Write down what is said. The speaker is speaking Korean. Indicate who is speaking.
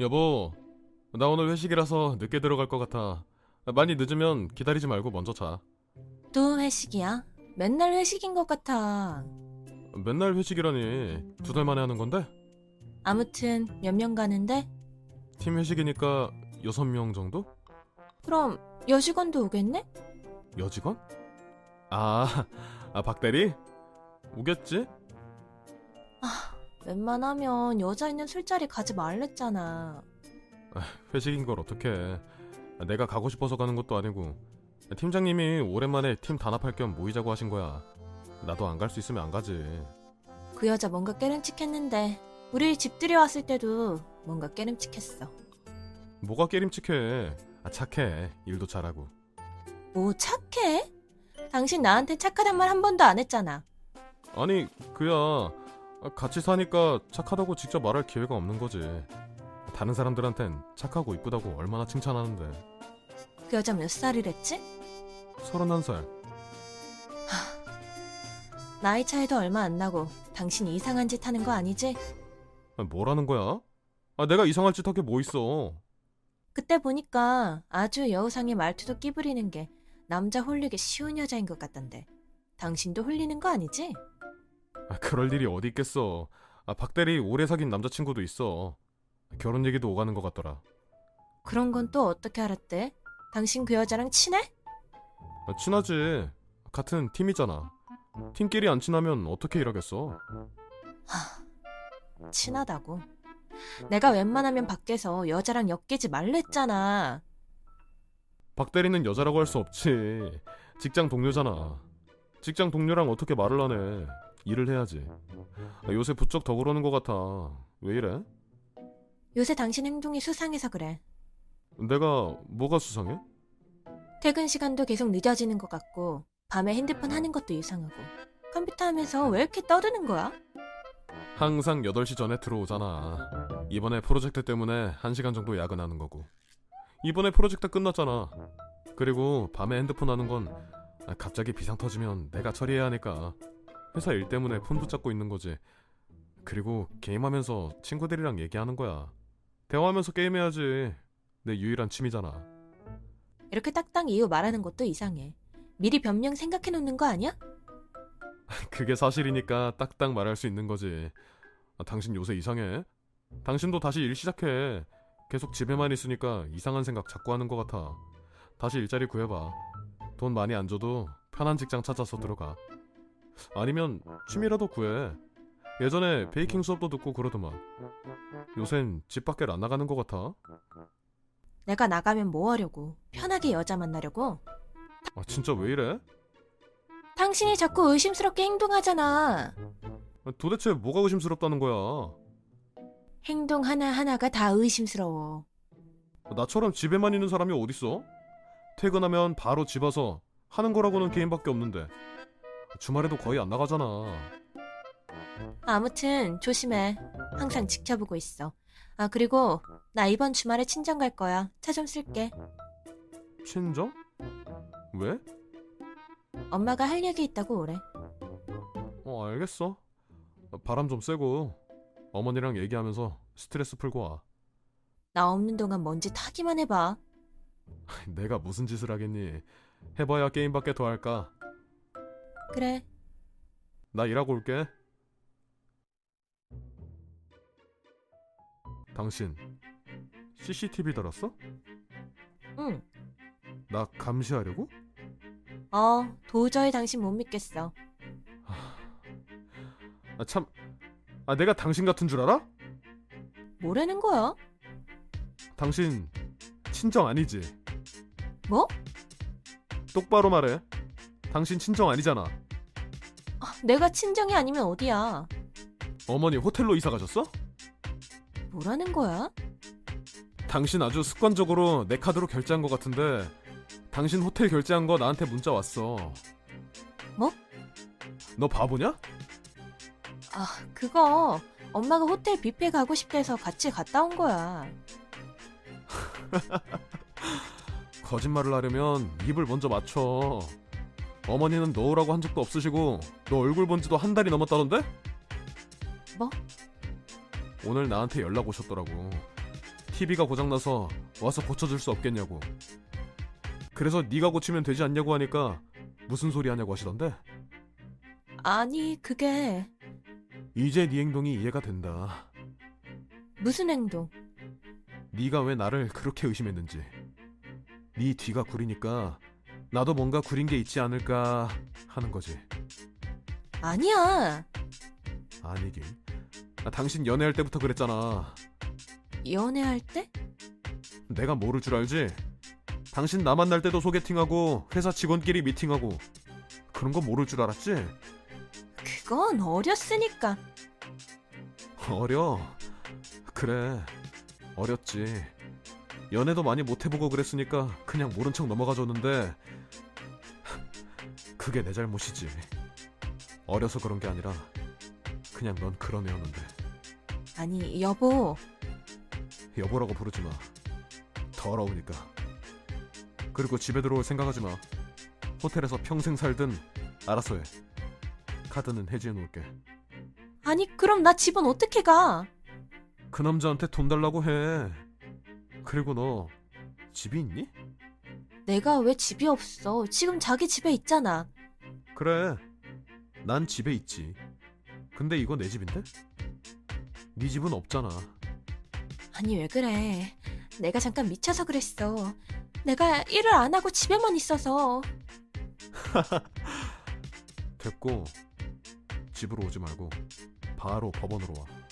Speaker 1: 여보, 나 오늘 회식이라서 늦게 들어갈 것 같아. 많이 늦으면 기다리지 말고 먼저 자.
Speaker 2: 또 회식이야? 맨날 회식인 것 같아.
Speaker 1: 맨날 회식이라니 두 달 만에 하는 건데
Speaker 2: 아무튼 몇 명 가는데?
Speaker 1: 팀 회식이니까 여섯 명 정도?
Speaker 2: 그럼 여직원도 오겠네?
Speaker 1: 여직원? 아, 아 박대리? 오겠지?
Speaker 2: 웬만하면 여자 있는 술자리 가지 말랬잖아.
Speaker 1: 회식인 걸 어떻게? 내가 가고 싶어서 가는 것도 아니고 팀장님이 오랜만에 팀 단합할 겸 모이자고 하신 거야. 나도 안 갈 수 있으면 안 가지.
Speaker 2: 그 여자 뭔가 깨름칙했는데 우리 집 들여왔을 때도 뭔가 깨름칙했어.
Speaker 1: 뭐가 깨림칙해? 아, 착해. 일도 잘하고.
Speaker 2: 뭐 착해? 당신 나한테 착하단 말 한 번도 안 했잖아.
Speaker 1: 아니 그야 아, 같이 사니까 착하다고 직접 말할 기회가 없는 거지 다른 사람들한텐 착하고 이쁘다고 얼마나 칭찬하는데
Speaker 2: 그 여자 몇 살이랬지?
Speaker 1: 31살
Speaker 2: 나이 차이도 얼마 안 나고 당신이 이상한 짓 하는 거 아니지?
Speaker 1: 아, 뭐라는 거야? 아, 내가 이상할 짓 할 게 뭐 있어
Speaker 2: 그때 보니까 아주 여우상의 말투도 끼부리는 게 남자 홀리기 쉬운 여자인 것 같던데. 당신도 홀리는 거 아니지?
Speaker 1: 아, 그럴 일이 어디 있겠어 아, 박대리 오래 사귄 남자친구도 있어 결혼 얘기도 오가는 것 같더라
Speaker 2: 그런 건 또 어떻게 알았대? 당신 그 여자랑 친해?
Speaker 1: 아, 친하지 같은 팀이잖아 팀끼리 안 친하면 어떻게 일하겠어
Speaker 2: 친하다고. 내가 웬만하면 밖에서 여자랑 엮이지 말랬잖아.
Speaker 1: 박대리는 여자라고 할 수 없지. 직장 동료잖아. 직장 동료랑 어떻게 말을 하네. 일을 해야지. 아, 요새 부쩍 더 그러는 것 같아. 왜 이래?
Speaker 2: 요새 당신 행동이 수상해서 그래.
Speaker 1: 내가 뭐가 수상해?
Speaker 2: 퇴근 시간도 계속 늦어지는 것 같고, 밤에 핸드폰 하는 것도 이상하고, 컴퓨터 하면서 왜 이렇게 떠드는 거야?
Speaker 1: 항상 8시 전에 들어오잖아. 이번에 프로젝트 때문에 1시간 정도 야근하는 거고. 이번에 프로젝트 끝났잖아. 그리고 밤에 핸드폰 하는 건 아, 갑자기 비상 터지면 내가 처리해야 하니까 회사 일 때문에 폰 붙잡고 있는 거지. 그리고 게임하면서 친구들이랑 얘기하는 거야. 대화하면서 게임해야지. 내 유일한 취미잖아.
Speaker 2: 이렇게 딱딱 이유 말하는 것도 이상해. 미리 변명 생각해 놓는 거 아니야?
Speaker 1: 그게 사실이니까 딱딱 말할 수 있는 거지. 아, 당신 요새 이상해? 당신도 다시 일 시작해. 계속 집에만 있으니까 이상한 생각 자꾸 하는 것 같아. 다시 일자리 구해봐. 돈 많이 안 줘도 편한 직장 찾아서 들어가. 아니면 취미라도 구해. 예전에 베이킹 수업도 듣고 그러더만. 요샌 집 밖에 안 나가는 것 같아.
Speaker 2: 내가 나가면 뭐 하려고? 편하게 여자 만나려고?
Speaker 1: 아 진짜 왜 이래?
Speaker 2: 당신이 자꾸 의심스럽게 행동하잖아.
Speaker 1: 아, 도대체 뭐가 의심스럽다는 거야?
Speaker 2: 행동 하나하나가 다 의심스러워.
Speaker 1: 어, 나처럼 집에만 있는 사람이 어딨어? 퇴근하면 바로 집 와서 하는 거라고는 게임밖에 없는데 주말에도 거의 안 나가잖아.
Speaker 2: 아무튼 조심해. 항상 지켜보고 있어. 아, 그리고 나 이번 주말에 친정 갈 거야. 차 좀 쓸게.
Speaker 1: 친정? 왜?
Speaker 2: 엄마가 할 얘기 있다고 오래.
Speaker 1: 어 알겠어. 바람 좀 쐬고 어머니랑 얘기하면서 스트레스 풀고 와.
Speaker 2: 나 없는 동안 뭔지 타기만 해봐.
Speaker 1: 내가 무슨 짓을 하겠니? 해봐야 게임밖에 더 할까?
Speaker 2: 그래.
Speaker 1: 나 일하고 올게. 당신 CCTV 달았어?
Speaker 2: 응.
Speaker 1: 나 감시하려고?
Speaker 2: 어, 도저히 당신 못 믿겠어.
Speaker 1: 아 참, 아 내가 당신 같은 줄 알아?
Speaker 2: 뭐라는 거야?
Speaker 1: 당신 친정 아니지?
Speaker 2: 뭐?
Speaker 1: 똑바로 말해. 당신 친정 아니잖아.
Speaker 2: 아, 내가 친정이 아니면 어디야?
Speaker 1: 어머니 호텔로 이사 가셨어?
Speaker 2: 뭐라는 거야?
Speaker 1: 당신 아주 습관적으로 내 카드로 결제한 것 같은데 당신 호텔 결제한 거 나한테 문자 왔어.
Speaker 2: 뭐?
Speaker 1: 너 바보냐?
Speaker 2: 아, 그거 엄마가 호텔 뷔페 가고 싶대서 같이 갔다 온 거야.
Speaker 1: 거짓말을 하려면 입을 먼저 맞춰. 어머니는 너라고 한 적도 없으시고 너 얼굴 본 지도 한 달이 넘었다던데?
Speaker 2: 뭐?
Speaker 1: 오늘 나한테 연락 오셨더라고. TV가 고장나서 와서 고쳐줄 수 없겠냐고. 그래서 네가 고치면 되지 않냐고 하니까 무슨 소리 하냐고 하시던데.
Speaker 2: 아니, 그게
Speaker 1: 이제 네 행동이 이해가 된다.
Speaker 2: 무슨 행동?
Speaker 1: 네가 왜 나를 그렇게 의심했는지. 네 뒤가 구리니까 나도 뭔가 구린 게 있지 않을까 하는 거지.
Speaker 2: 아니야.
Speaker 1: 아니긴. 아, 당신 연애할 때부터 그랬잖아.
Speaker 2: 연애할 때?
Speaker 1: 내가 모를 줄 알지? 당신 나 만날 때도 소개팅하고 회사 직원끼리 미팅하고 그런 거 모를 줄 알았지?
Speaker 2: 그건 어렸으니까.
Speaker 1: 어려. 그래. 어렸지. 연애도 많이 못 해보고 그랬으니까 그냥 모른 척 넘어가줬는데 그게 내 잘못이지. 어려서 그런 게 아니라 그냥 넌 그런 애였는데
Speaker 2: 아니, 여보.
Speaker 1: 여보라고 부르지 마. 더러우니까. 그리고 집에 들어올 생각하지 마. 호텔에서 평생 살든 알아서 해. 카드는 해지해 놓을게.
Speaker 2: 아니, 그럼 나 집은 어떻게 가?
Speaker 1: 그 남자한테 돈 달라고 해. 그리고 너 집이 있니?
Speaker 2: 내가 왜 집이 없어? 지금 자기 집에 있잖아.
Speaker 1: 그래. 난 집에 있지. 근데 이거 내 집인데? 네 집은 없잖아.
Speaker 2: 아니, 왜 그래? 내가 잠깐 미쳐서 그랬어. 내가 일을 안 하고 집에만 있어서.
Speaker 1: 됐고 집으로 오지 말고 바로 법원으로 와.